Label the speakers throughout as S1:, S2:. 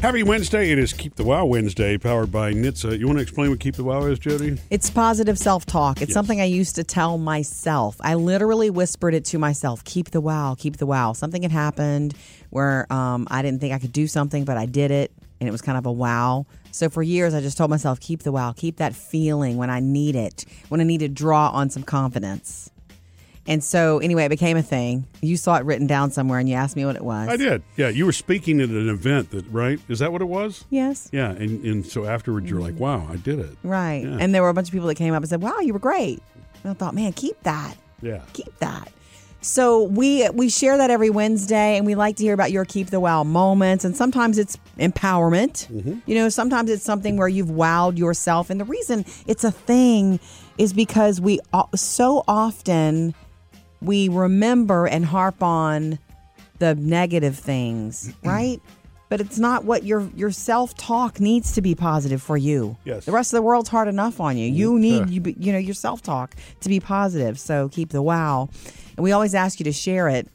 S1: Happy Wednesday. It is Keep the Wow Wednesday, powered by NHTSA. You want to explain what Keep the Wow is, Jody?
S2: It's positive self talk. It's
S1: Yes.
S2: something I used to tell myself. I literally whispered it to myself keep the wow, keep the wow. Something had happened where um, I didn't think I could do something, but I did it, and it was kind of a wow. So for years, I just told myself keep the wow, keep that feeling when I need it, when I need to draw on some confidence. And so, anyway, it became a thing. You saw it written down somewhere, and you asked me what it was.
S1: I did. Yeah, you were speaking at an event, that right? Is that what it was?
S2: Yes.
S1: Yeah, and, and so afterwards you're like, wow, I did it.
S2: Right.
S1: Yeah.
S2: And there were a bunch of people that came up and said, "Wow, you were great." And I thought, "Man, keep that.
S1: Yeah.
S2: Keep that." So we we share that every Wednesday, and we like to hear about your keep the wow moments. And sometimes it's empowerment.
S1: Mm-hmm.
S2: You know, sometimes it's something where you've wowed yourself. And the reason it's a thing is because we o- so often we remember and harp on the negative things, right? But it's not what your your self talk needs to be positive for you.
S1: Yes.
S2: the rest of the world's hard enough on you. You need
S1: Sure.
S2: you be- you know your self talk to be positive. So keep the wow, and we always ask you to share it.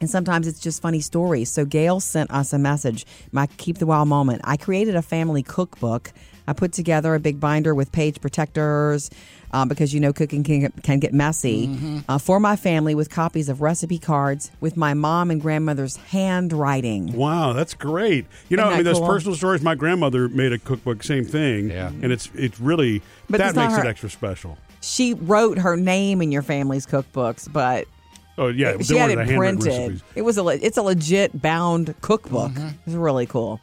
S2: And sometimes it's just funny stories. So Gail sent us a message, my keep the wow moment. I created a family cookbook. I put together a big binder with page protectors uh, because you know cooking can, can get messy uh, for my family with copies of recipe cards with my mom and grandmother's handwriting.
S1: Wow, that's great. You know,
S2: Isn't
S1: I mean,
S2: that
S1: those
S2: cool?
S1: personal stories. My grandmother made a cookbook, same thing.
S3: Yeah.
S1: And it's it's really
S2: But
S1: that
S2: it's not
S1: makes it
S2: her-
S1: extra special.
S2: She wrote her name in your family's cookbooks, but
S1: Oh yeah,
S2: she
S1: they
S2: had
S1: were the
S2: it
S1: handwritten
S2: printed.
S1: recipes. Mm-hmm.
S2: It was a le- it's a legit bound cookbook. It's really cool.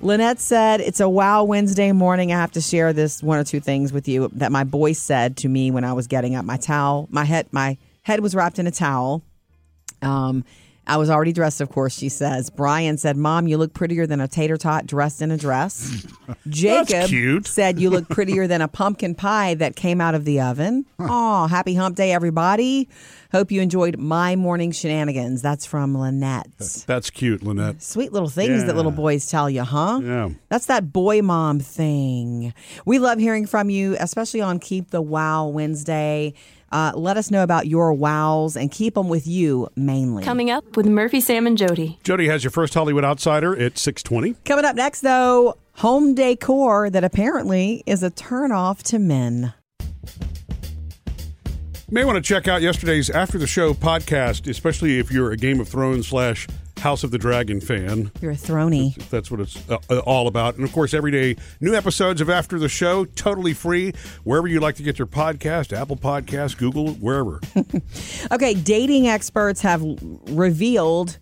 S2: Lynette said, "It's a wow Wednesday morning. I have to share this one or two things with you that my boy said to me when I was getting up. My towel, my head, my head was wrapped in a towel. Um, I was already dressed, of course. She says, Brian said, "Mom, you look prettier than a tater tot dressed in a dress." Jacob
S1: cute.
S2: said, "You look prettier than a pumpkin pie that came out of the oven." Oh, happy Hump Day, everybody! Hope you enjoyed my morning shenanigans. That's from Lynette.
S1: That's cute, Lynette.
S2: Sweet little things
S1: Yeah.
S2: that little boys tell you, huh?
S1: Yeah.
S2: That's that boy mom thing. We love hearing from you, especially on Keep the Wow Wednesday. Uh, let us know about your wows and keep them with you mainly.
S4: Coming up with Murphy, Sam, and Jody.
S1: Jody has your first Hollywood Outsider at six twenty.
S2: Coming up next, though, home decor that apparently is a turnoff to men.
S1: You may want to check out yesterday's After the Show podcast, especially if you're a Game of Thrones slash House of the Dragon fan.
S2: You're a throny.
S1: if that's what it's uh, uh, all about. And of course, every day, new episodes of After the Show, totally free, wherever you like to get your podcast Apple Podcast, Google, wherever.
S2: Okay, dating experts have revealed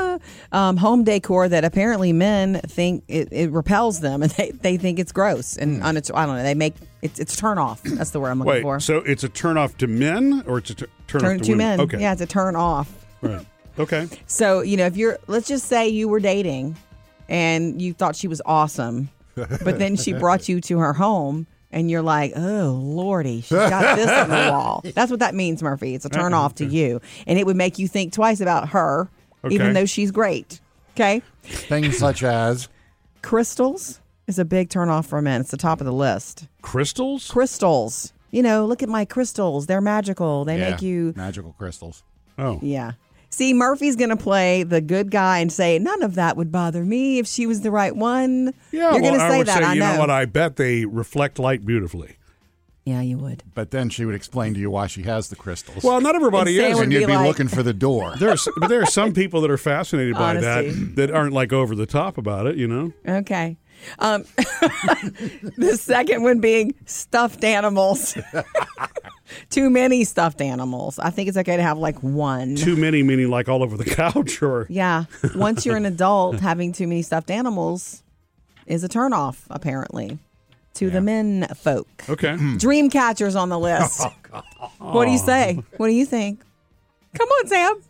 S2: um, home decor that apparently men think it, it repels them and they, they think it's gross and unatt- I don't know. They make it's it's turn off. That's the word I'm looking
S1: Hmm. Wait,
S2: for.
S1: so it's a turnoff to men or it's a t- turn
S2: turn
S1: off
S2: to
S1: women?
S2: men.
S1: Okay.
S2: Yeah, it's a turn off.
S1: Right. Okay.
S2: So you know, if you're let's just say you were dating and you thought she was awesome, but then she brought you to her home. And you're like, oh lordy, she's got this on the wall. That's what that means, Murphy. It's a turn off to you, and it would make you think twice about her,
S1: Okay.
S2: even though she's great. Okay,
S3: Things such as
S2: crystals is a big turn off for men. It's the top of the list.
S1: Crystals?
S2: Crystals, you know, look at my crystals. They're magical. They
S3: Yeah,
S2: make you
S3: magical crystals.
S1: Oh.
S2: Yeah. See, Murphy's going to play the good guy and say, none of that would bother me if she was the right one.
S1: Yeah,
S2: You're
S1: well,
S2: going to
S1: I
S2: say
S1: would
S2: that.
S1: say,
S2: I
S1: you
S2: know.
S1: know. what? I bet they reflect light beautifully.
S2: yeah, you would.
S3: But then she would explain to you why she has the crystals.
S1: Well, not everybody
S2: Sam
S1: is.
S2: would
S3: and you'd
S2: be
S3: be,
S2: like-
S3: looking for the door.
S1: There's, but there are some people that are fascinated by
S2: Honesty.
S1: that that aren't like over the top about it, you know?
S2: Okay. Um, the second one being stuffed animals. Too many stuffed animals. I think it's okay to have like one.
S1: Too many, meaning like all over the couch or
S2: Yeah. Once you're an adult, having too many stuffed animals is a turnoff, apparently, to the men folk.
S1: Okay.
S2: Dream catchers on the list.
S3: Oh,
S2: what do you say? What do you think? Come on, Sam.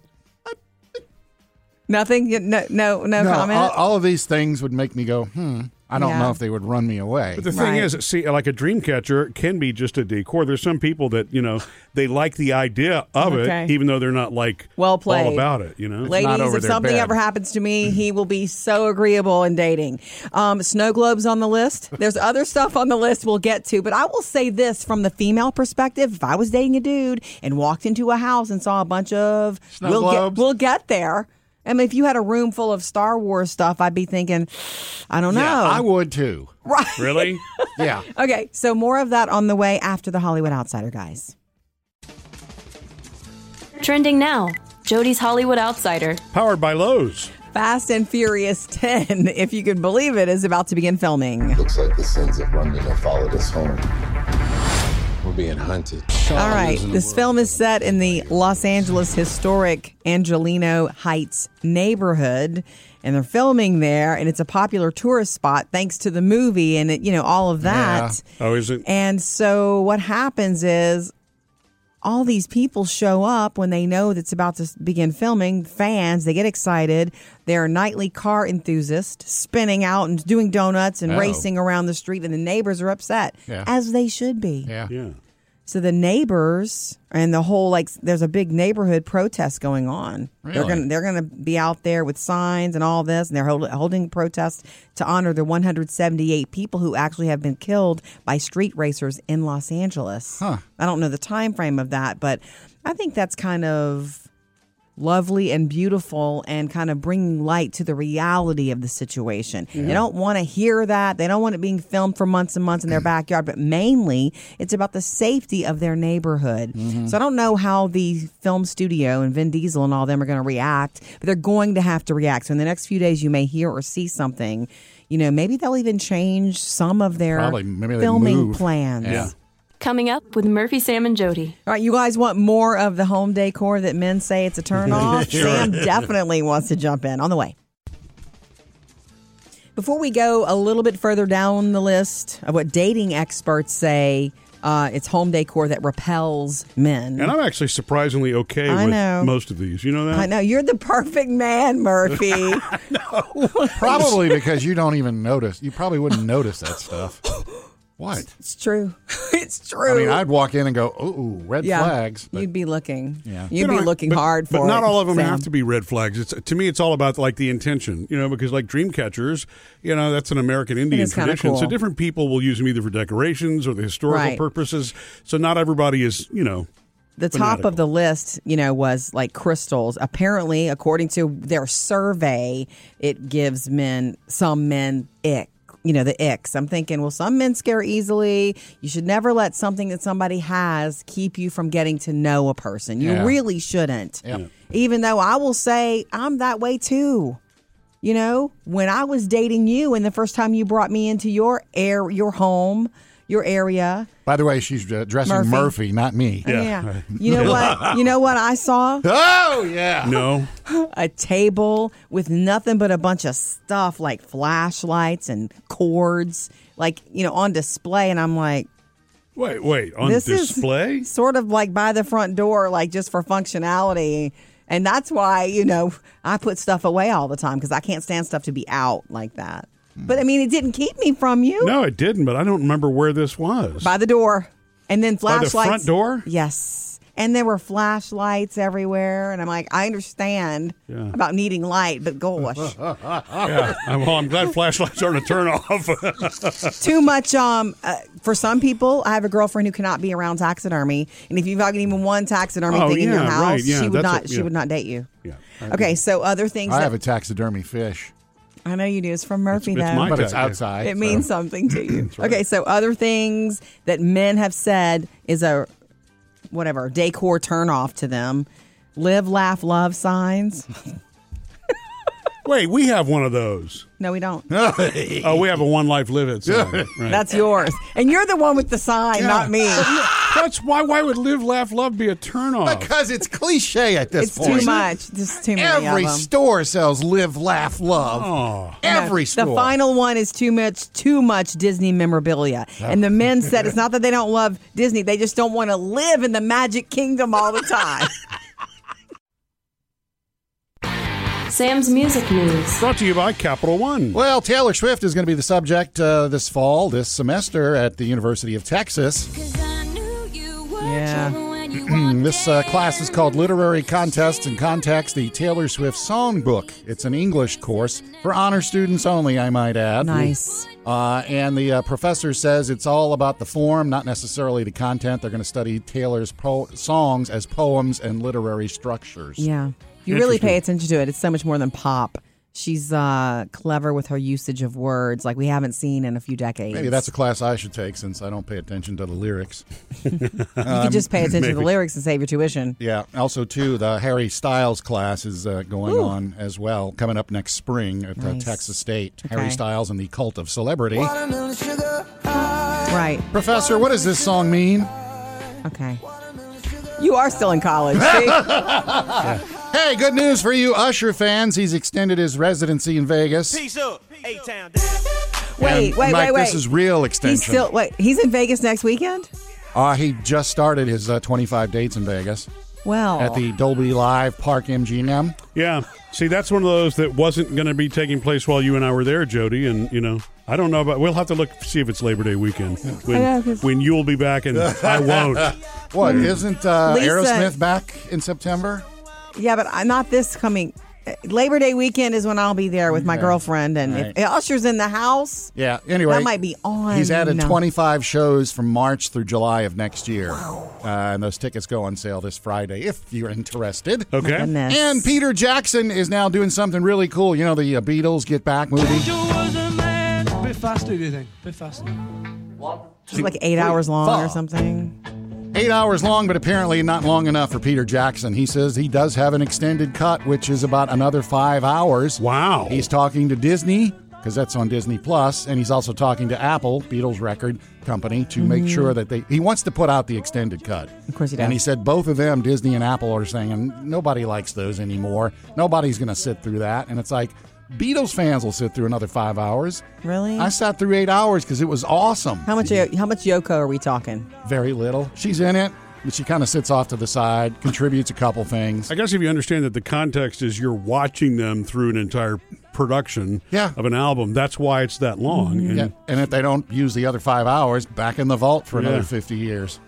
S2: Nothing. You- No, no, no,
S3: no, uh,
S2: comment.
S3: all, all of these things would make me go, hmm. I don't
S2: Yeah.
S3: know if they would run me away.
S1: But the thing
S2: Right.
S1: is, see, like a dream catcher can be just a decor. There's some people that you know they like the idea of
S2: Okay.
S1: it, even though they're not like
S2: Well
S1: all
S2: played.
S1: about it. You know,
S3: not
S2: Ladies,
S3: over
S2: if
S3: their
S2: something
S3: bed.
S2: ever happens to me, he will be so agreeable in dating. Um, snow globes on the list. There's other stuff on the list we'll get to, but I will say this from the female perspective: if I was dating a dude and walked into a house and saw a bunch of
S3: Snow
S2: we'll
S3: globes?
S2: get we'll get there. I mean, if you had a room full of Star Wars stuff, I'd be thinking, I don't know.
S3: Yeah, I would too.
S2: right.
S1: Really?
S3: Yeah.
S2: Okay, so more of that on the way after the Hollywood Outsider, guys.
S4: Trending now Jody's Hollywood Outsider.
S1: Powered by Lowe's.
S2: Fast and Furious 10, if you could believe it, is about to begin filming.
S5: Looks like the sins of London have followed us home. We're being hunted.
S2: All right. This film is set in the Los Angeles historic Angelino Heights neighborhood, and they're filming there, and it's a popular tourist spot thanks to the movie and it, you know all of that.
S1: Oh, is it?
S2: And so what happens is all these people show up when they know that's about to begin filming. Fans, they get excited. They're nightly car enthusiasts, spinning out and doing donuts and
S3: Oh.
S2: racing around the street, and the neighbors are upset,
S3: Yeah.
S2: as they should be.
S3: Yeah.
S1: Yeah.
S2: So the neighbors and the whole like there's a big neighborhood protest going on. They're
S3: Really?
S2: gonna they're gonna be out there with signs and all this, and they're hold, holding protests to honor the 178 people who actually have been killed by street racers in Los Angeles.
S3: Huh.
S2: I don't know the time frame of that, but I think that's kind of lovely and beautiful and kind of bringing light to the reality of the situation. They don't want to hear that. They don't want it being filmed for months and months in their backyard, but mainly it's about the safety of their neighborhood.
S3: Mm-hmm.
S2: So I don't know how the film studio and Vin Diesel and all them are going to react, but they're going to have to react. So in the next few days you may hear or see something. You know, maybe they'll even change some of their
S3: Probably. Maybe they
S2: filming
S3: move.
S2: plans.
S3: Yeah.
S4: Coming up with Murphy, Sam, and Jody.
S2: All right, you guys want more of the home decor that men say it's a turn off? Sam definitely wants to jump in on the way. Before we go a little bit further down the list of what dating experts say, uh, it's home decor that repels men.
S1: And I'm actually surprisingly okay
S2: I
S1: with
S2: know.
S1: most of these. You know that?
S2: I know you're the perfect man, Murphy.
S3: Probably because you don't even notice. You probably wouldn't notice that stuff. What?
S2: it's true. It's true.
S3: I mean, I'd walk in and go, "Ooh, red
S2: yeah,
S3: flags." But
S2: You'd be looking.
S3: Yeah.
S2: You'd
S1: You
S2: be
S1: know,
S2: looking
S1: but-
S2: hard for
S1: But not
S2: it,
S1: all of them
S2: Sam.
S1: have to be red flags. It's to me, it's all about like the intention, you know, because like Dreamcatchers, you know, that's an American Indian
S2: is kinda
S1: tradition. So
S2: cool.
S1: different people will use them either for decorations or the historical
S2: Right.
S1: purposes. So not everybody is, you know,
S2: the top of the list, you know, was like crystals. Apparently, according to their survey, it gives men some men ick. You know, the icks. I'm thinking, well, some men scare easily. You should never let something that somebody has keep you from getting to know a person. You
S3: Yeah.
S2: really shouldn't.
S3: Yeah.
S2: Even though I will say I'm that way too. You know, when I was dating you and the first time you brought me into your air your home, your area,
S3: by the way, she's addressing
S2: Murphy.
S3: Murphy, not me.
S2: yeah. You know what? You know what I saw?
S3: Oh yeah.
S1: no.
S2: A table with nothing but a bunch of stuff like flashlights and cords, like, you know, on display. And I'm like,
S1: Wait, wait, on
S2: this
S1: display?
S2: is sort of like by the front door, like just for functionality. And that's why, you know, I put stuff away all the time because I can't stand stuff to be out like that. But I mean, it didn't keep me from you
S1: Hmm. No, it didn't, but I don't remember where this was.
S2: by the door. And then
S1: By the
S2: flashlights.
S1: front door?
S2: Yes. And there were flashlights everywhere. And I'm like, I understand
S1: Yeah.
S2: about needing light, but gosh,
S1: Yeah. Well, I'm glad flashlights aren't a turn off.
S2: too much. Um, uh, for some people, I have a girlfriend who cannot be around taxidermy, and if you've got even one taxidermy
S1: Oh,
S2: thing in your
S1: yeah,
S2: house,
S1: right, yeah,
S2: she would
S1: that's
S2: not.
S1: what-
S2: She
S1: yeah.
S2: would not date you.
S1: yeah.
S2: Okay, so other things
S3: I
S2: that
S3: have a taxidermy fish,
S2: I know you do is from Murphy
S1: It's- it's
S2: though.
S1: mine.
S3: but it's
S1: Okay.
S3: outside.
S2: It
S3: so-
S2: means something to you. Okay, so other things that men have said is a whatever decor turnoff to them. Live, laugh, love signs.
S1: Wait, we have one of those.
S2: No, we don't.
S1: Oh, we have a one life live it. sign. Right.
S2: That's yours, and you're the one with the sign, not me.
S1: That's why why would live, laugh, love be a turn off?
S3: because it's cliche at this
S2: It's
S3: point.
S2: too much. Just too many
S3: Every
S2: of them.
S3: store sells "Live, Laugh, Love."
S2: No,
S3: Every store.
S2: The final one is too much, too much Disney memorabilia. And the men said it's not that they don't love Disney; they just don't want to live in the Magic Kingdom all the time.
S4: Sam's Music News.
S1: Brought to you by Capital One.
S3: Well, Taylor Swift is going to be the subject uh, this fall, this semester at the University of Texas.
S2: Yeah.
S3: Mm, This uh, class is called Literary Contests and Contacts the Taylor Swift Songbook. It's an English course for honor students only, I might add.
S2: Nice.
S3: Uh, and the uh, professor says it's all about the form, not necessarily the content. They're going to study Taylor's po- songs as poems and literary structures.
S2: Yeah. You really
S1: Interesting.
S2: pay attention to it. It's so much more than pop. She's uh, clever with her usage of words, like we haven't seen in a few decades.
S3: Maybe that's a class I should take since I don't pay attention to the lyrics.
S2: you could
S3: um,
S2: just pay attention to the lyrics and save your tuition.
S3: Yeah. Also, too, the Harry Styles class is uh, going on as well, coming up next spring at uh,
S2: Nice.
S3: Texas State.
S2: Okay.
S3: Harry Styles and the Cult of Celebrity.
S2: Right.
S3: Professor, what does this song mean?
S2: Okay. You are still in college. See?
S3: Hey, good news for you Usher fans. He's extended his residency in Vegas.
S6: Peace up. Eight town.
S2: wait, wait,
S3: And, Mike,
S2: wait, wait.
S3: This is real extension.
S2: He's still wait. He's in Vegas next weekend.
S3: Uh, he just started his uh, 25 dates in Vegas
S2: Well,
S3: at the Dolby Live Park MGM.
S1: Yeah. See, that's one of those that wasn't going to be taking place while you and I were there, Jody. And, you know, I don't know about. We'll have to look see if it's Labor Day weekend when,
S2: know, 'cause-
S1: when you'll be back and I won't.
S3: What, isn't uh,
S2: Hmm. Lisa-
S3: Aerosmith back in September?
S2: yeah, but I- not this coming. uh, Labor Day weekend is when I'll be there with my
S3: Okay.
S2: girlfriend, and
S3: Right.
S2: if Usher's in the house,
S3: Yeah. Anyway,
S2: That might be on.
S3: He's added
S2: No.
S3: 25 shows from March through July of next year, uh, and those tickets go on sale this Friday if you're interested.
S1: Okay.
S2: goodness.
S3: And Peter Jackson is now doing something really cool. You know the uh, Beatles Get Back movie.
S6: Bit faster, do you think? Bit faster.
S2: It's like eight hours long or
S3: Fuck.
S2: something.
S3: Eight hours long, but apparently not long enough for Peter Jackson. He says he does have an extended cut, which is about another five hours.
S1: Wow.
S3: He's talking to Disney because that's on Disney Plus, and he's also talking to Apple, Beatles record company, to make sure that they. He wants to put out the extended cut.
S2: Mm-hmm. Of course he does.
S3: And he said both of them, Disney and Apple, are saying nobody likes those anymore. Nobody's going to sit through that, and it's like. Beatles fans will sit through another five hours.
S2: Really?
S3: I sat through eight hours because it was awesome.
S2: How much? Yo- How much Yoko are we talking?
S3: Very little. She's in it, but she kind of sits off to the side, contributes a couple things.
S1: I guess if you understand that the context is you're watching them through an entire production
S3: Yeah.
S1: of an album, that's why it's that long.
S2: Mm-hmm.
S1: And
S3: Yeah, and if they don't use the other five hours, back in the vault for
S1: Yeah.
S3: another 50 years.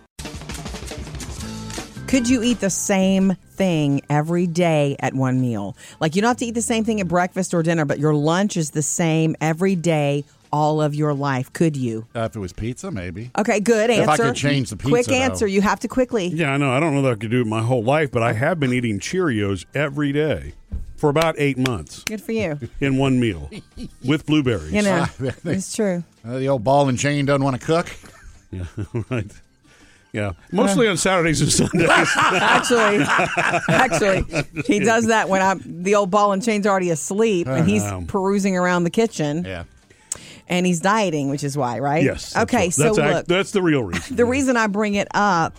S2: Could you eat the same thing every day at one meal? Like you don't have to eat the same thing at breakfast or dinner, but your lunch is the same every day all of your life. Could you?
S3: Uh, if it was pizza, maybe.
S2: Okay, good answer.
S3: If I could change the pizza,
S2: Quick
S3: though.
S2: answer. You have to quickly.
S1: Yeah, I know. I don't know that I could do it my whole life, but I have been eating Cheerios every day for about eight months
S2: Good for you.
S1: in one meal with blueberries.
S2: You know,
S3: Ah,
S2: it's true.
S3: Uh, the old ball and chain doesn't want to cook.
S1: Yeah, right. Yeah, mostly on Saturdays and Sundays.
S2: Actually, actually, he does that when I'm the old ball and chain's already asleep and he's
S1: Um.
S2: perusing around the kitchen
S3: Yeah.
S2: and he's dieting, which is why, right?
S1: yes. that's
S2: Okay.
S1: what-
S2: So
S1: that's, act-
S2: look,
S1: that's the real reason.
S2: the reason I bring it up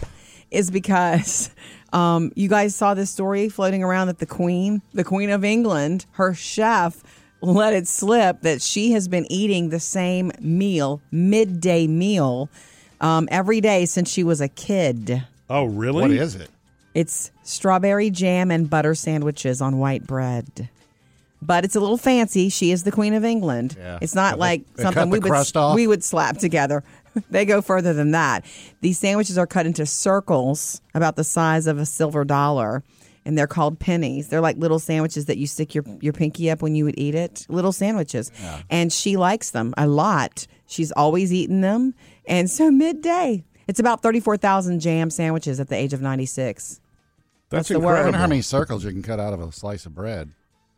S2: is because um, you guys saw this story floating around that the Queen, the Queen of England, her chef let it slip that she has been eating the same meal, midday meal, um, every day since she was a kid.
S1: Oh, really?
S3: What is it?
S2: It's strawberry jam and butter sandwiches on white bread. But it's a little fancy. She is the Queen of England.
S3: Yeah.
S2: It's not
S3: They-
S2: like
S3: they
S2: something
S3: cut
S2: we
S3: the
S2: would
S3: crust off?
S2: we would slap together. they go further than that. These sandwiches are cut into circles about the size of a silver dollar, and they're called pennies. They're like little sandwiches that you stick your your pinky up when you would eat it. Little sandwiches, and she likes them a lot. She's always eaten them, and so midday. It's about thirty four thousand jam sandwiches at the age of ninety six.
S1: That's
S2: the word.
S3: I
S1: incredible.
S3: wonder how many circles you can cut out of a slice of bread.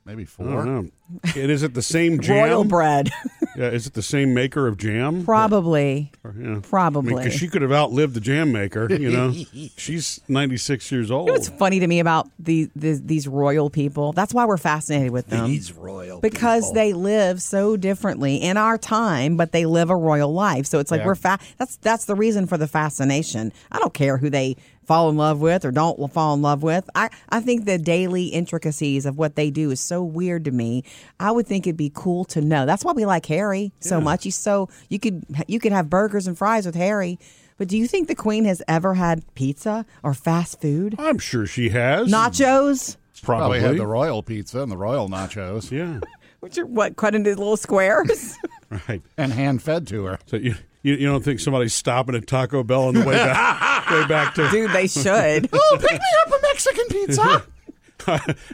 S3: Maybe
S1: I don't
S3: four.
S1: know. It is it the same jam?
S2: Royal bread.
S1: Yeah, is it the same maker of jam?
S2: Probably.
S1: Yeah.
S2: Probably.
S1: Because she could have outlived the jam maker. You know, she's ninety six years old.
S2: You know what's funny to me about the, the these royal people? That's why we're fascinated with them. These royal because they live so differently in our time, but they live a royal life. So it's like we're fa- that's that's the reason for the fascination. I don't care who they fall in love with or don't fall in love with. I I think the daily intricacies of what they do is so weird to me. I would think it'd be cool to know. That's why we like Harry so much. He's so you could you could have burgers and fries with Harry. But do you think the Queen has ever had pizza or fast food?
S1: I'm sure she has.
S2: nachos,
S1: probably.
S3: Probably had the royal pizza and the royal nachos
S1: yeah.
S2: which are what cut into little squares.
S1: Right.
S3: and hand fed to her.
S1: So you, you you don't think somebody's stopping at Taco Bell on the way back way back to
S2: Dude, they should.
S3: Oh, pick me up a Mexican pizza.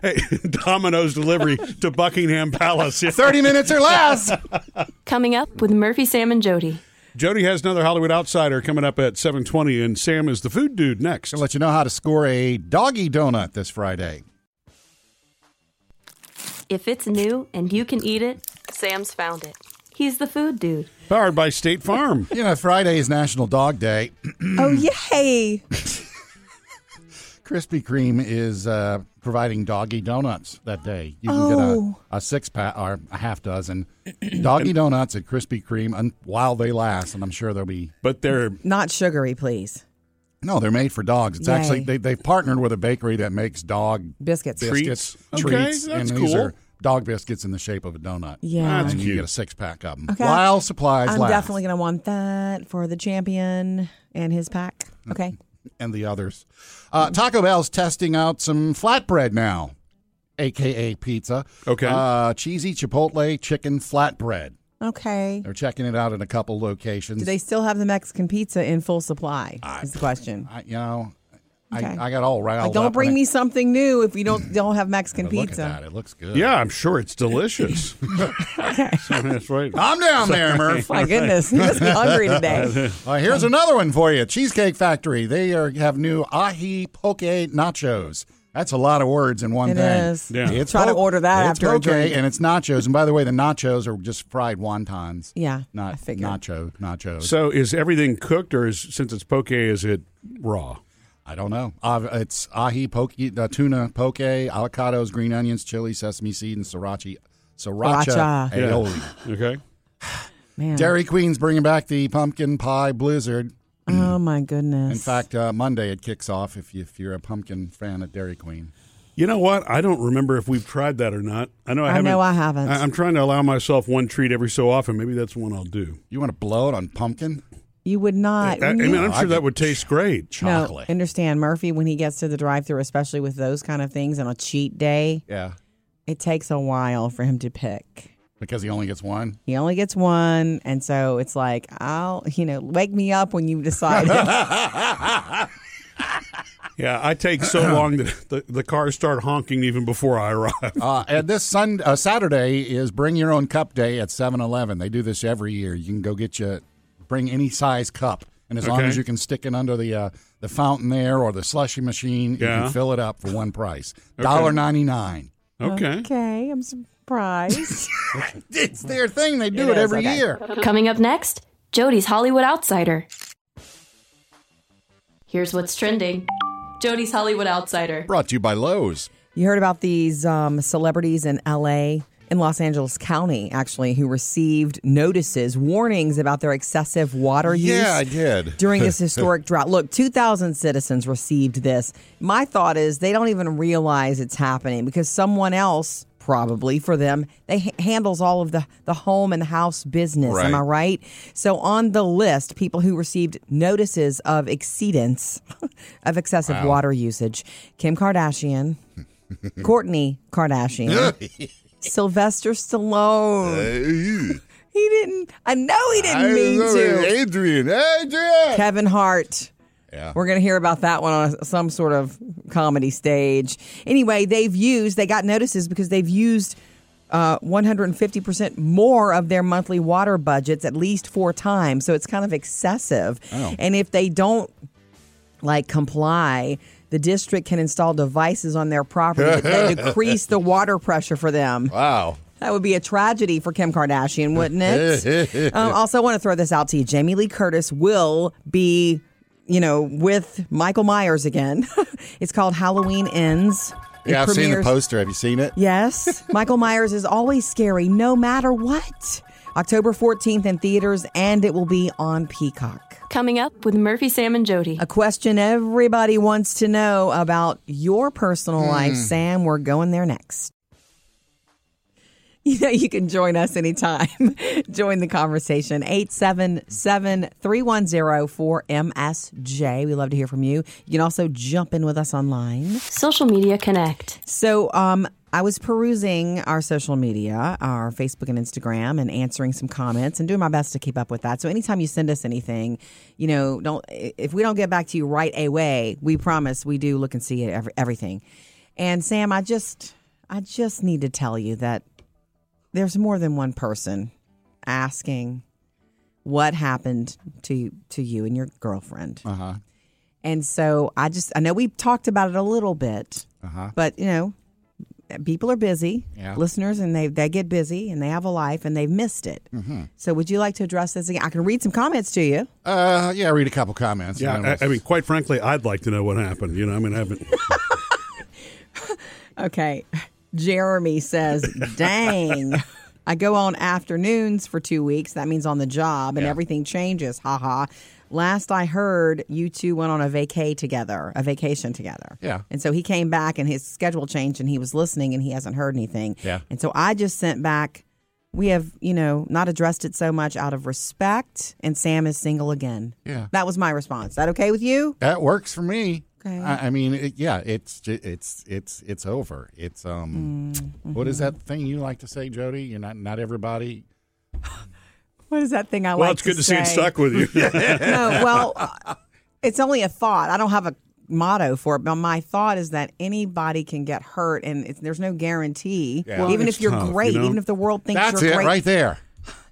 S1: hey, Domino's delivery to Buckingham Palace. Yeah.
S3: 30 minutes or less.
S4: Coming up with Murphy, Sam, and Jody.
S1: Jody has another Hollywood Outsider coming up at 7:20, and Sam is the food dude next.
S3: I'll let you know how to score a doggy donut this Friday.
S4: If it's new and you can eat it, Sam's found it. He's the food dude.
S1: Powered by State Farm.
S3: You know, Friday is National Dog Day.
S2: Oh, yay.
S3: Krispy Kreme is uh, providing doggy donuts that day. You can
S2: Oh.
S3: get a, a six pack or a half dozen doggy donuts at Krispy Kreme un- while they last, and I'm sure they'll be.
S1: But they're
S2: Not sugary, please.
S3: No, they're made for dogs. It's
S2: Yay.
S3: actually they they partnered with a bakery that makes dog
S2: Biscuits.
S1: Treat.
S3: biscuits
S1: Okay,
S3: treats,
S1: that's
S3: and these
S1: cool.
S3: are dog biscuits in the shape of a donut.
S2: Yeah.
S1: That's
S3: and you
S1: cute.
S3: get a six pack of them
S2: Okay.
S3: while supplies
S2: I'm
S3: last.
S2: definitely going to want that for the champion and his pack.
S3: Mm.
S2: Okay.
S3: and the others. Uh, Taco Bell's testing out some flatbread now, aka pizza.
S1: Okay.
S3: Uh, cheesy chipotle chicken flatbread.
S2: Okay.
S3: They're checking it out in a couple locations.
S2: Do they still have the Mexican pizza in full supply? Is the question.
S3: I, you know,
S2: Okay.
S3: I, I got all riled
S2: Like,
S3: up
S2: don't
S3: when
S2: bring
S3: I- Mm.
S2: me something new if you don't don't have Mexican
S3: Look
S2: pizza.
S3: at that. It looks good.
S1: yeah, I'm sure it's delicious.
S2: Okay.
S1: That's right. Ah.
S3: I'm down there, Murph.
S2: My goodness, he must be hungry today.
S3: Uh, here's another one for you. Cheesecake Factory. They are have new ahi poke nachos. That's a lot of words in one
S2: It
S3: thing.
S2: is.
S1: Yeah.
S3: It's
S2: Try to
S3: po-
S2: order that
S3: it's
S2: after a
S3: poke
S2: drink.
S3: and it's nachos. And by the way, the nachos are just fried wontons.
S2: Yeah, I
S3: not
S2: figured.
S3: nacho nachos.
S1: So is everything cooked, or is since it's poke, is it raw?
S3: I don't know. Uh, it's ahi poke, uh, tuna poke, avocados, green onions, chili, sesame seed, and sriracha. Sriracha
S2: Sriracha.
S3: aioli.
S1: Okay.
S2: Man.
S3: Dairy Queen's bringing back the pumpkin pie blizzard.
S2: Oh my goodness.
S3: In fact, uh, Monday it kicks off. If, you, if you're a pumpkin fan at Dairy Queen,
S1: You know what? I don't remember if we've tried that or not. I know I
S2: I
S1: haven't.
S2: know I haven't.
S1: I, am trying to allow myself one treat every so often. Maybe that's one I'll do.
S3: you want to blow it on pumpkin
S2: you would not.
S1: I, I
S2: when
S1: mean,
S2: you-
S1: I'm
S3: uh, I
S1: sure that
S3: could-
S1: would taste great.
S2: no,
S3: chocolate.
S2: understand Murphy when he gets to the drive-through, especially with those kind of things on a cheat day.
S3: yeah,
S2: It takes a while for him to pick.
S3: because he only gets one.
S2: He only gets one, and so it's like I'll, you know, wake me up when you decide.
S1: Yeah, I take so long that the, the cars start honking even before I arrive.
S3: Uh, and this Sun uh, Saturday is Bring Your Own Cup Day at 7-Eleven. They do this every year. You can go get you bring any size cup, and as long
S1: Okay.
S3: as you can stick it under the uh, the fountain there or the slushy machine, you
S1: Yeah.
S3: can fill it up for one price, dollar ninety nine.
S1: Okay.
S2: okay, I'm surprised.
S3: It's their thing. They do
S2: It
S3: it,
S2: is,
S3: every
S2: okay.
S3: year.
S4: Coming up next, Jody's Hollywood Outsider. Here's what's trending Jody's Hollywood Outsider.
S3: Brought to you by Lowe's.
S2: You heard about these um, celebrities in LA, in Los Angeles County, actually, who received notices, warnings about their excessive water
S3: Yeah, I
S2: use.
S3: did.
S2: During this historic drought. Look, 2,000 citizens received this. My thought is they don't even realize it's happening because someone else, probably for them, they h- handles all of the, the home and house business. Am I
S3: Right.
S2: right? So on the list, people who received notices of exceedance of excessive water usage, Kim Kardashian, Courtney Kardashian, Sylvester Stallone. he didn't. I know he didn't mean to.
S3: Adrian, Adrian.
S2: Kevin Hart.
S3: Yeah.
S2: We're going to hear about that one on a- some sort of comedy stage. Anyway, they've used, they got notices because they've used uh, 150% more of their monthly water budgets at least four times. So it's kind of excessive. And if they don't like comply, the district can install devices on their property that decrease the water pressure for them.
S3: Wow.
S2: That would be a tragedy for Kim Kardashian, wouldn't it? um, also, want to throw this out to you: Jamie Lee Curtis will be, you know, with Michael Myers again. it's called Halloween Ends. It
S3: Yeah, I've seen the
S2: premieres-
S3: poster. Have you seen it?
S2: Yes, Michael Myers is always scary, no matter what. October 14th in theaters, and it will be on Peacock.
S4: Coming up with Murphy, Sam, and Jody.
S2: A question everybody wants to know about your personal life, Sam. We're going there next. You know, you can join us anytime. join the conversation. 877 310 4MSJ. We love to hear from you. You can also jump in with us online.
S4: Social Media Connect.
S2: So, um, I was perusing our social media, our Facebook and Instagram, and answering some comments and doing my best to keep up with that. So, anytime you send us anything, you know, don't if we don't get back to you right away, we promise we do look and see it, every, everything. And Sam, I just, I just need to tell you that there's more than one person asking what happened to to you and your girlfriend. Uh huh. And so I just, I know we talked about it a little bit, uh-huh. but you know, people are busy,
S3: Yeah.
S2: listeners, and they they get busy and they have a life and they've missed it. So, would you like to address this again? I can read some comments to you.
S3: Uh, yeah, read a couple comments. and
S1: Yeah,
S3: then
S1: I, I
S3: we'll-
S1: mean, quite frankly, I'd like to know what happened. You know, I mean, I haven't.
S2: Okay. Jeremy says, dang. I go on afternoons for two weeks. That means on the job and everything changes. Ha ha. Last I heard, you two went on a vacay together, a vacation together.
S3: Yeah.
S2: And so he came back and his schedule changed and he was listening and he hasn't heard anything.
S3: Yeah.
S2: And so I just sent back, we have, you know, not addressed it so much out of respect and Sam is single again.
S3: Yeah.
S2: That was my response. That okay with you?
S3: that works for me.
S2: Okay.
S3: I, I mean, it, yeah, it's ju- it's it's it's over. It's um,
S2: Mm-hmm.
S3: what is that thing you like to say, Jody? You're not not everybody.
S2: What is that thing I like
S1: Well, it's good to see it
S2: say?
S1: stuck with you.
S2: no, well, uh, it's only a thought. I don't have a motto for it, but my thought is that anybody can get hurt, and it's, there's no guarantee.
S3: Yeah. Well,
S2: even
S1: it's
S2: if you're
S1: tough, you
S2: great,
S1: know?
S2: even if the world thinks
S3: That's
S2: you're
S3: it
S2: great, e,
S3: right there.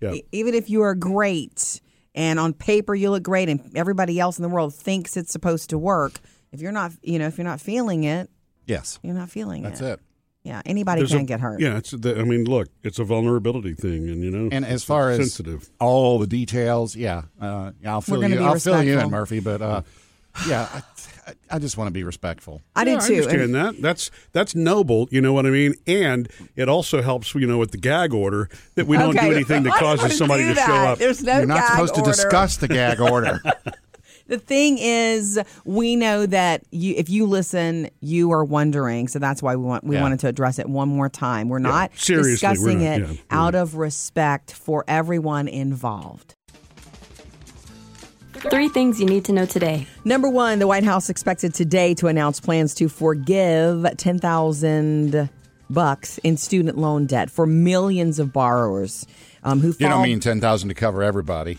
S1: Yeah.
S2: even if you are great, and on paper you look great, and everybody else in the world thinks it's supposed to work. If you're not, you know, if you're not feeling it,
S3: Yes,
S2: you're not feeling
S3: that's
S2: it.
S3: it.
S2: Yeah, anybody
S1: There's
S2: can
S1: a-
S2: get hurt.
S1: Yeah, it's. The, I mean, look, it's a vulnerability thing, and you know,
S3: And as
S1: it's
S3: far as
S1: sensitive,
S3: all the details, yeah, uh, I'll fill
S2: gonna
S3: you.
S2: be
S3: I'll fill you
S2: respectful.
S3: in, Murphy. But uh, yeah, I, I- I just want to be respectful.
S2: I
S1: Yeah,
S2: do too.
S1: I understand
S2: and-
S1: that. That's that's noble. You know what I mean. And it also helps. You know, with the gag order that we don't
S2: Okay.
S1: do anything that
S2: I don't
S1: causes
S2: wanna
S1: somebody
S2: do
S1: to show
S2: that.
S1: up.
S2: There's no
S3: You're not
S2: Oh, gag
S3: supposed to
S2: order.
S3: discuss the gag order.
S2: The thing is, we know that you, if you listen, you are wondering. So that's why we want we
S3: Yeah.
S2: wanted to address it one more time. We're not
S1: seriously, we're
S2: discussing
S1: not-
S2: it
S1: yeah, we're
S2: out of respect for everyone involved.
S4: Three things you need to know today.
S2: Number one, the White House expected today to announce plans to forgive ten thousand bucks in student loan debt for millions of borrowers um, who
S3: You
S2: fall
S3: don't mean ten thousand to cover everybody.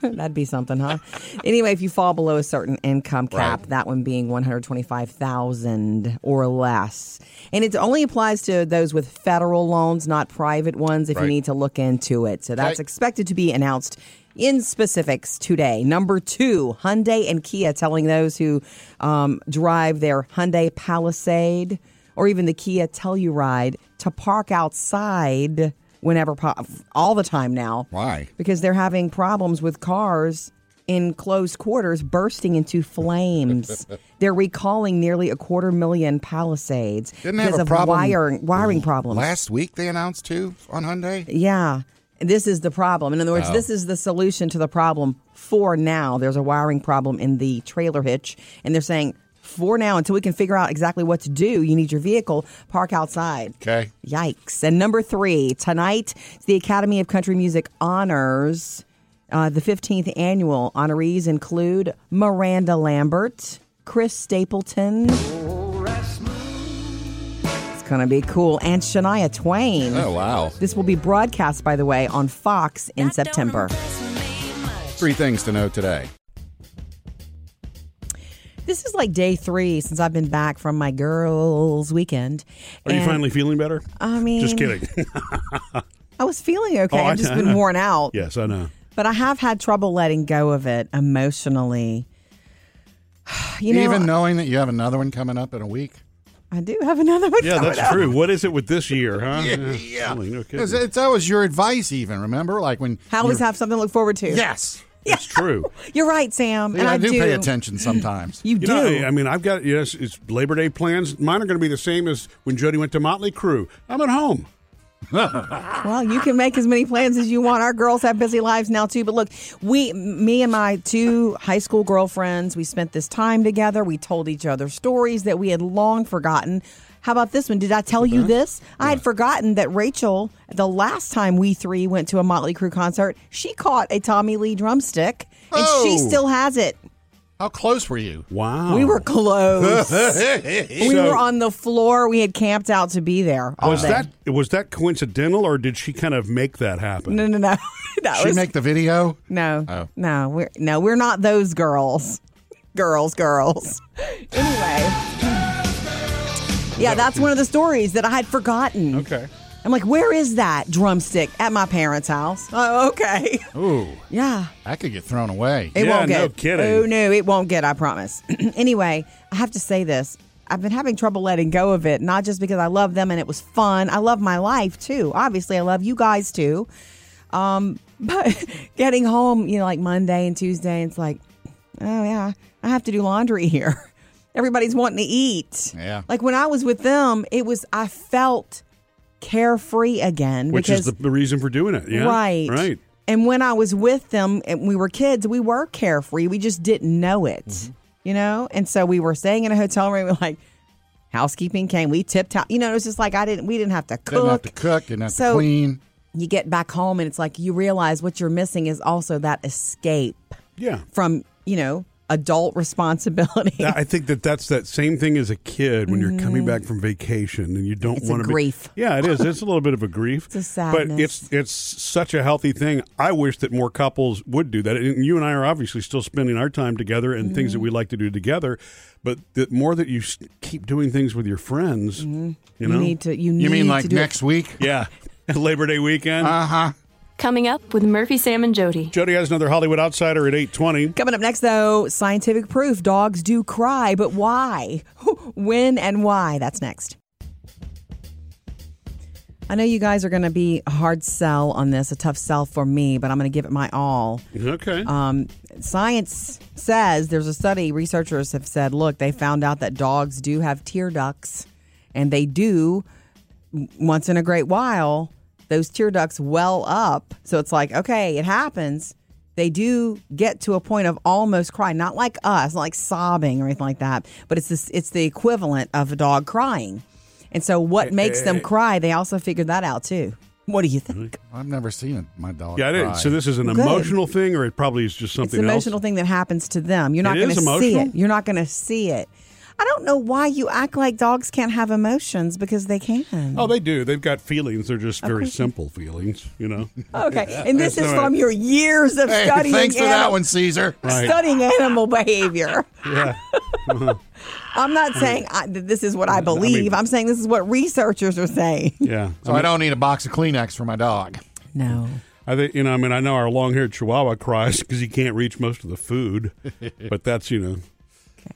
S2: That'd be something, huh? anyway, if you fall below a certain income cap,
S3: Right.
S2: that one being one hundred twenty-five thousand or less, and it only applies to those with federal loans, not private ones. If
S3: Right.
S2: you need to look into it, so that's
S3: Okay.
S2: expected to be announced in specifics today. Number two, Hyundai and Kia telling those who um, drive their Hyundai Palisade or even the Kia Telluride to park outside whenever po- all the time now
S3: Why?
S2: because they're having problems with cars in close quarters bursting into flames. they're recalling nearly a quarter million Palisades
S3: Didn't they
S2: because
S3: have a
S2: of
S3: problem
S2: wiring, wiring problems.
S3: Last week they announced too on Hyundai.
S2: yeah. This is the problem. In other
S3: Oh.
S2: words, this is the solution to the problem for now. There's a wiring problem in the trailer hitch, and they're saying for now, until we can figure out exactly what to do, you need your vehicle, park outside.
S3: Okay.
S2: Yikes. And number three, tonight, the Academy of Country Music honors uh, the 15th annual. Honorees include Miranda Lambert, Chris Stapleton. It's going to be cool. And Shania Twain.
S3: Oh wow.
S2: This will be broadcast, by the way, on Fox in September.
S3: Three things to know today.
S2: This is like day three since I've been back from my girls' weekend.
S1: Are you
S2: And
S1: finally feeling better?
S2: I mean,
S1: Just kidding.
S2: I was feeling okay.
S1: Oh, I
S2: I've just
S1: know, I
S2: been
S1: know.
S2: worn out.
S1: yes, I know.
S2: but I have had trouble letting go of it emotionally. You know, uh,
S3: Even knowing that you have another one coming up in a week.
S2: I do have another one.
S1: Yeah,
S2: coming
S1: that's
S2: up.
S1: true. What is it with this year, huh? Golly, no kidding.
S3: It's, it's always your advice, even remember, like when
S2: I always have something to look forward to.
S3: yes,
S1: It's true.
S2: You're right, Sam.
S3: Yeah,
S2: and
S3: I,
S2: I,
S3: do, pay attention sometimes.
S2: You,
S1: You
S2: do.
S1: know, I- I mean, I've got yes. It's Labor Day plans. Mine are going to be the same as when Jody went to Motley Crue. I'm at home.
S2: Well, you can make as many plans as you want. Our girls have busy lives now too. But look, we, me and my two high school girlfriends, we spent this time together. We told each other stories that we had long forgotten. How about this one? Did I tell you this? I had forgotten that Rachel, the last time we three went to a Motley Crue concert, she caught a Tommy Lee drumstick, and she
S3: Oh.
S2: still has it.
S3: How close were you?
S1: Wow.
S2: We were close. we
S1: So-
S2: were on the floor. We had camped out to be there. all
S1: Was
S2: day.
S1: that was that coincidental, or did she kind of make that happen?
S2: No, no, no. that
S3: She
S2: was
S3: make the video.
S2: No.
S3: Oh.
S2: No, we're no, we're not those girls. Girls, girls. anyway. Yeah, that's one of the stories that I had forgotten.
S1: Okay.
S2: I'm like, where is that drumstick at my parents' house? Oh, okay.
S3: Ooh,
S2: Yeah.
S3: that could get thrown away.
S2: It
S1: Yeah,
S2: won't
S1: no
S2: get.
S1: kidding.
S2: Oh no, it won't get. I promise. anyway, I have to say this. I've been having trouble letting go of it, not just because I love them and it was fun. I love my life too. Obviously, I love you guys too. Um, but getting home, you know, like Monday and Tuesday, it's like, oh yeah, I have to do laundry here. Everybody's wanting to eat.
S3: Yeah.
S2: Like when I was with them, it was I felt carefree again,
S1: which is
S2: because,
S1: the, the reason for doing it. Yeah,
S2: right,
S1: right.
S2: And when I was with them and we were kids, we were carefree. We just didn't know it,
S3: Mm-hmm.
S2: you know. And so we were staying in a hotel room. We're like, housekeeping came. We tipped out. You know, it was just like I didn't. We didn't have to cook.
S3: Didn't have to cook, didn't have
S2: So-
S3: to clean.
S2: You get back home and it's like you realize what you're missing is also that escape
S1: Yeah.
S2: from you know adult responsibility.
S1: That- I think that that's that same thing as a kid when you're coming back from vacation and you don't
S2: Mm-hmm. It's a
S1: want to
S2: grief.
S1: yeah, it is. It's a little bit of a grief.
S2: a
S1: But
S2: sadness.
S1: it's it's such a healthy thing. I wish that more couples would do that. And you and I are obviously still spending our time together and things that
S2: Mm-hmm.
S1: we like to do together. But the more that you s- keep doing things with your friends, you
S2: you
S1: know,
S2: Mm-hmm. need to. You,
S3: You
S2: need
S3: mean like
S2: to do it.
S3: next week?
S1: yeah, Labor Day weekend.
S3: Uh huh.
S4: Coming up with Murphy, Sam, and Jody.
S1: Jody has another Hollywood Outsider at eight twenty.
S2: Coming up next, though, scientific proof dogs do cry, but why? when and why? That's next. I know you guys are going to be a hard sell on this, a tough sell for me, but I'm going to give it my all.
S1: Okay.
S2: Um, science says there's a study, researchers have said, look, they found out that dogs do have tear ducts, and they do, m- once in a great while, those tear ducts well up. So it's like, okay, it happens. They do get to a point of almost crying, not like us, not like sobbing or anything like that, but it's this, it's the equivalent of a dog crying. And so, what makes them cry? They also figured that out too. What do you think?
S3: I've never seen it. My dog.
S1: yeah, it
S3: cry.
S1: is. So this is an
S2: Good.
S1: emotional thing, or it probably is just
S2: It's
S1: something
S2: an
S1: else.
S2: emotional thing that happens to them. You're not
S1: It
S2: going
S1: is
S2: to see
S1: emotional.
S2: it. You're not going to see it. I don't know why you act like dogs can't have emotions because they can.
S1: Oh, they do. They've got feelings. They're just very simple feelings, you know.
S2: Okay, and this is
S1: That's
S2: from
S1: right.
S2: your years of
S3: Hey,
S2: studying
S3: thanks for that
S2: animal-
S3: one, Caesar.
S2: studying animal behavior.
S1: Yeah.
S2: I'm not saying I, that this is what I
S1: mean-
S2: believe. I'm saying this is what researchers are saying.
S1: Yeah.
S3: So I don't need a box of Kleenex for my dog.
S2: No.
S1: I think you know, I mean, I know our long-haired chihuahua cries because he can't reach most of the food, but that's, you know,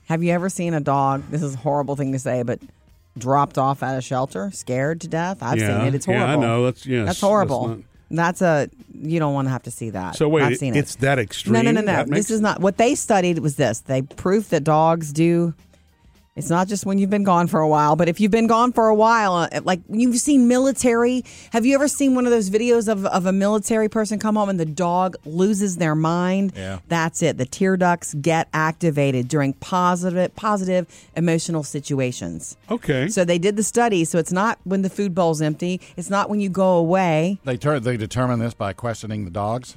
S2: Have you ever seen a dog? This is a horrible thing to say, but dropped off at a shelter, scared to death. I've
S1: yeah.
S2: seen it. It's
S1: Yeah,
S2: horrible.
S1: I know. That's yeah.
S2: That's horrible.
S1: not-
S2: That's a you don't want to have to see that.
S1: so wait,
S2: I've
S1: it-
S2: seen it.
S1: it's that extreme.
S2: no, no, no, no.
S1: That makes-
S2: This is not what they studied. Was this? They proved that dogs do. It's not just when you've been gone for a while, but if you've been gone for a while, uh, like you've seen military. Have you ever seen one of those videos of, of a military person come home and the dog loses their mind?
S3: Yeah.
S2: That's it. The tear ducts get activated during positive positive emotional situations.
S1: okay.
S2: So they did the study. So it's not when the food bowl's empty. It's not when you go away.
S3: They tur- they determine this by questioning the dogs.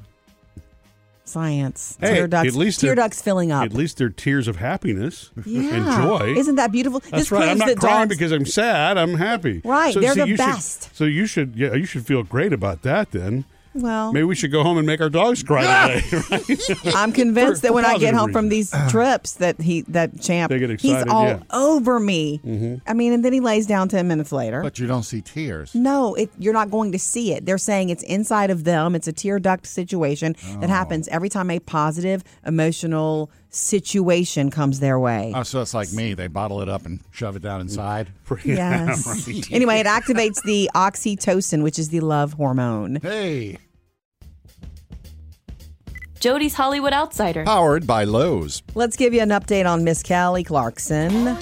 S2: Science.
S1: Hey,
S2: tear ducts.
S1: at least
S2: tear
S1: they're-
S2: ducts filling up.
S1: At least they're tears of happiness and
S2: Yeah.
S1: joy.
S2: Isn't that beautiful?
S1: that's
S2: this
S1: right.
S2: proves
S1: I'm not
S2: that
S1: crying
S2: dogs,
S1: because I'm sad. I'm happy.
S2: Right, they're the
S1: you should-
S2: best.
S1: so you should, yeah, you should feel great about that. Then
S2: well,
S1: maybe we should go home and make our dogs cry today.
S2: I'm convinced
S1: for-
S2: that when
S1: for
S2: I
S1: positive
S2: get
S1: Ah.
S2: home from these trips, that he that champ,
S1: They get
S2: he's
S1: excited,
S2: all
S1: yeah. Mm-hmm.
S2: over me. I mean, and then he lays down ten minutes later.
S3: But you don't see tears.
S2: no, it, you're not going to see it. They're saying it's inside of them. It's a tear duct situation
S1: Oh.
S2: that happens every time a positive emotional situation comes their way.
S3: Oh, so it's like me. They bottle it up and shove it down inside.
S2: Yes. Anyway, it activates the oxytocin, which is the love hormone.
S3: Hey,
S4: Jody's Hollywood Outsider.
S3: powered by Lowe's.
S2: Let's give you an update on Miss Kelly Clarkson.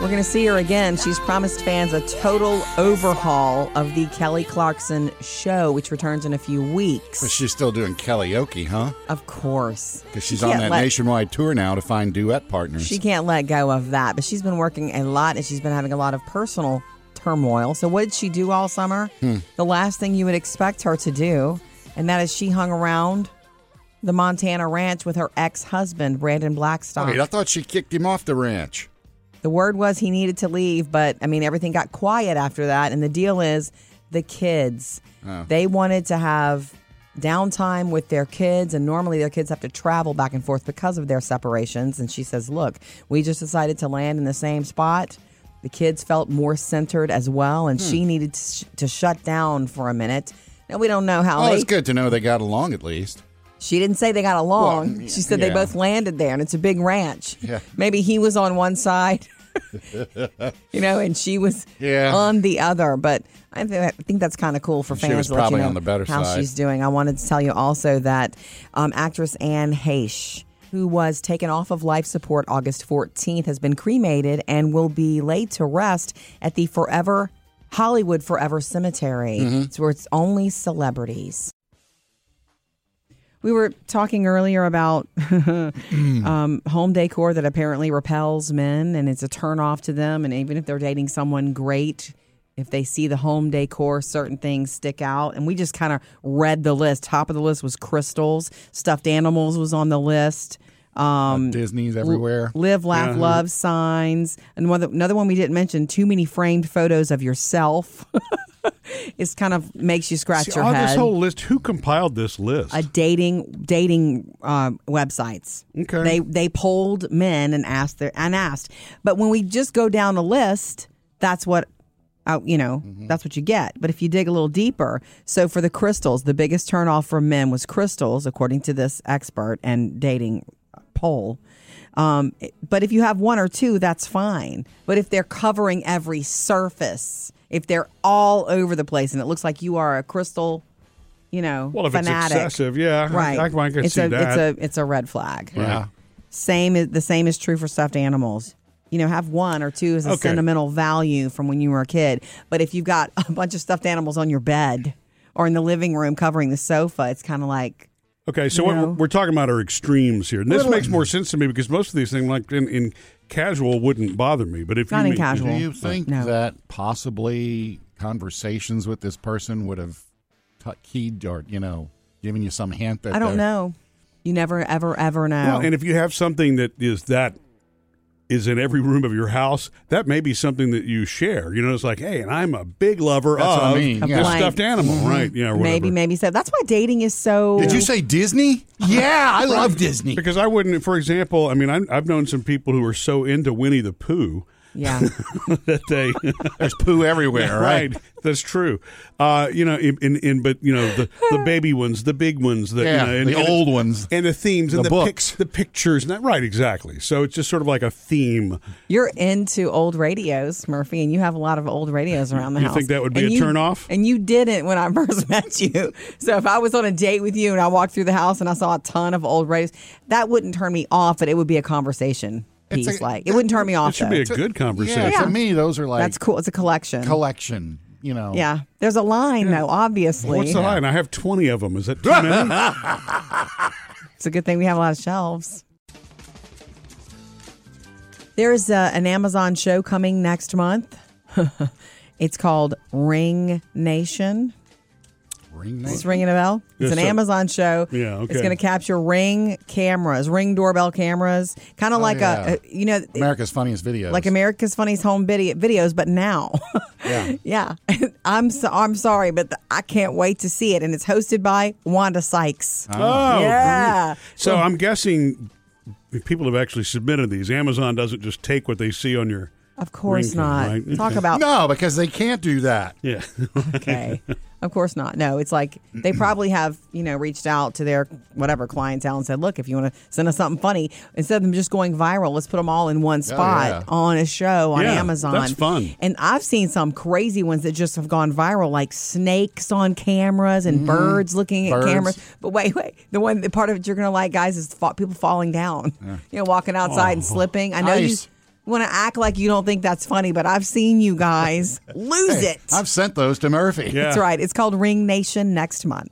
S2: We're going to see her again. She's promised fans a total overhaul of the Kelly Clarkson show, which returns in a few weeks.
S3: But she's still doing karaoke, huh?
S2: of course.
S3: Because she's
S2: She
S3: on
S2: can't
S3: that
S2: let-
S3: nationwide tour now to find duet partners.
S2: She can't let go of that, but she's been working a lot and she's been having a lot of personal turmoil. So, what did she do all summer? The last thing you would expect her to do, and that is she hung around the Montana ranch with her ex husband, Brandon Blackstock.
S3: Wait, I thought she kicked him off the ranch.
S2: The word was he needed to leave, but I mean, everything got quiet after that. And the deal is the kids, they wanted to have downtime with their kids. And normally their kids have to travel back and forth because of their separations. And she says, Look, we just decided to land in the same spot. The kids felt more centered as well. And she needed to, sh- to shut down for a minute. Now, we don't know how
S3: Well,
S2: they
S3: it's good to know they got along at least.
S2: She didn't say they got along.
S3: Well, mm,
S2: she said
S3: yeah.
S2: they both landed there, and it's a big ranch.
S3: Yeah.
S2: Maybe he was on one side, you know, and she was
S3: Yeah.
S2: on the other. But I, th- I think that's kind of cool for
S3: She
S2: fans
S3: was
S2: to let you
S3: probably
S2: know
S3: on the better
S2: how
S3: side.
S2: she's doing. I wanted to tell you also that um, actress Anne Heche, who was taken off of life support August 14th, has been cremated and will be laid to rest at the Forever Hollywood Forever Cemetery.
S3: Mm-hmm.
S2: It's where it's only celebrities. We were talking earlier about um, home decor that apparently repels men and it's a turnoff to them. And even if they're dating someone great, if they see the home decor, certain things stick out. And we just kind of read the list. Top of the list was crystals, stuffed animals was on the list. Um,
S3: Disney's everywhere.
S2: Live, laugh, love signs. Another another one we didn't mention. Too many framed photos of yourself. it's kind of makes you scratch
S1: See,
S2: your
S1: all
S2: head.
S1: this whole list. Who compiled this list?
S2: a dating dating uh, websites.
S1: Okay.
S2: They they polled men and asked their and asked, but when we just go down a list, that's what. Uh, you know, that's what you get. But if you dig a little deeper, so for the crystals, the biggest turnoff for men was crystals, according to this expert and dating poll. Um, it- but if you have one or two, that's fine. But if they're covering every surface, if they're all over the place, and it looks like you are a crystal you know,
S1: Well, if it's
S2: fanatic.
S1: excessive, yeah, I-
S2: right.
S1: I can- I can
S2: it's
S1: see
S2: a,
S1: that.
S2: It's a it's a red flag.
S3: Yeah.
S2: Same is the same is true for stuffed animals. You know, have one or two as a
S1: Okay.
S2: sentimental value from when you were a kid. But if you've got a bunch of stuffed animals on your bed or in the living room covering the sofa, it's kind of like
S1: Okay, so what
S2: No.
S1: we're- we're talking about are extremes here, and this
S2: Little-
S1: makes more sense to me because most of these things, like in, in casual, wouldn't bother me. But if
S2: Not
S1: you
S2: in
S1: meet-
S2: casual.
S3: Do you think
S2: No.
S3: that possibly conversations with this person would have t- keyed or, you know, given you some hint that
S2: I don't
S3: they're-
S2: know. You never ever ever know.
S1: Well, and if you have something that is that is in every room of your house, that may be something that you share. You know, it's like, hey, and I'm a big lover
S3: That's
S1: of
S3: what I mean,
S1: this
S3: yeah.
S2: Blank.
S1: stuffed animal, right? Yeah, or whatever.
S2: mm-hmm. maybe maybe so. That's why dating is so.
S3: Did you say Disney? Yeah, I love Disney.
S1: Because I wouldn't, for example, I mean, I'm, I've known some people who are so into Winnie the Pooh
S2: Yeah.
S1: that they.
S3: There's poo everywhere, right?
S1: Right, that's true. Uh, you know, in, in, in but you know the, the baby ones, the big ones, the you
S3: Yeah,
S1: know, and,
S3: the
S1: and
S3: old
S1: it's-
S3: ones.
S1: and the themes and
S3: The
S1: the, pic-
S3: books.
S1: the pictures, and that right, exactly. So it's just sort of like a theme.
S2: You're into old radios, Murphy, and you have a lot of old radios around the
S1: You
S2: house.
S1: think that would be
S2: And
S1: a
S2: you-
S1: turnoff?
S2: And you didn't when I first met you. So if I was on a date with you and I walked through the house and I saw a ton of old radios, that wouldn't turn me off, but it would be a conversation
S3: It's
S2: piece.
S3: a-
S2: like it wouldn't turn me off.
S1: It should
S2: though.
S1: be a good conversation.
S3: Yeah, to me, those are like
S2: That's cool. It's a collection.
S3: collection, you know.
S2: yeah. There's a line though, obviously.
S1: What's the line? I have twenty of them. Is that too many?
S2: It's a good thing we have a lot of shelves. There is a, uh, an Amazon show coming next month. it's called Ring Nation.
S3: Ring
S2: It's ringing a bell. It's
S1: Yes,
S2: an
S1: sir.
S2: Amazon show.
S1: Yeah, okay.
S2: It's going to capture ring cameras, ring doorbell cameras, kind of like
S3: Oh, yeah.
S2: a, a- you know,
S3: America's funniest videos.
S2: like America's Funniest Home Video videos, but now.
S3: Yeah.
S2: yeah, I'm so, I'm sorry, but the, I can't wait to see it, and it's hosted by Wanda Sykes.
S1: Oh,
S2: yeah.
S1: So I'm guessing if people have actually submitted these. Amazon doesn't just take what they see on your.
S2: Of course
S1: Ring cam,
S2: not.
S1: right?
S2: Talk
S1: Okay.
S2: about
S3: No, because they can't do that.
S1: Yeah.
S2: okay. Of course not. No, it's like they probably have, you know, reached out to their whatever clientele and said, look, if you want to send us something funny, instead of them just going viral, let's put them all in one spot
S3: yeah.
S2: on a show on
S1: Yeah,
S2: Amazon.
S1: that's fun.
S2: And I've seen some crazy ones that just have gone viral, like snakes on cameras and birds looking at
S3: Mm-hmm. Birds.
S2: cameras. But wait, wait. The one the part of it you're going to like, guys, is fa- people falling down, you know, walking outside
S1: Oh.
S2: and slipping. I know
S3: Nice.
S2: you. Want to act like you don't think that's funny, but I've seen you guys lose
S3: Hey,
S2: it.
S3: I've sent those to Murphy.
S1: Yeah.
S2: That's right. It's called Ring Nation next month.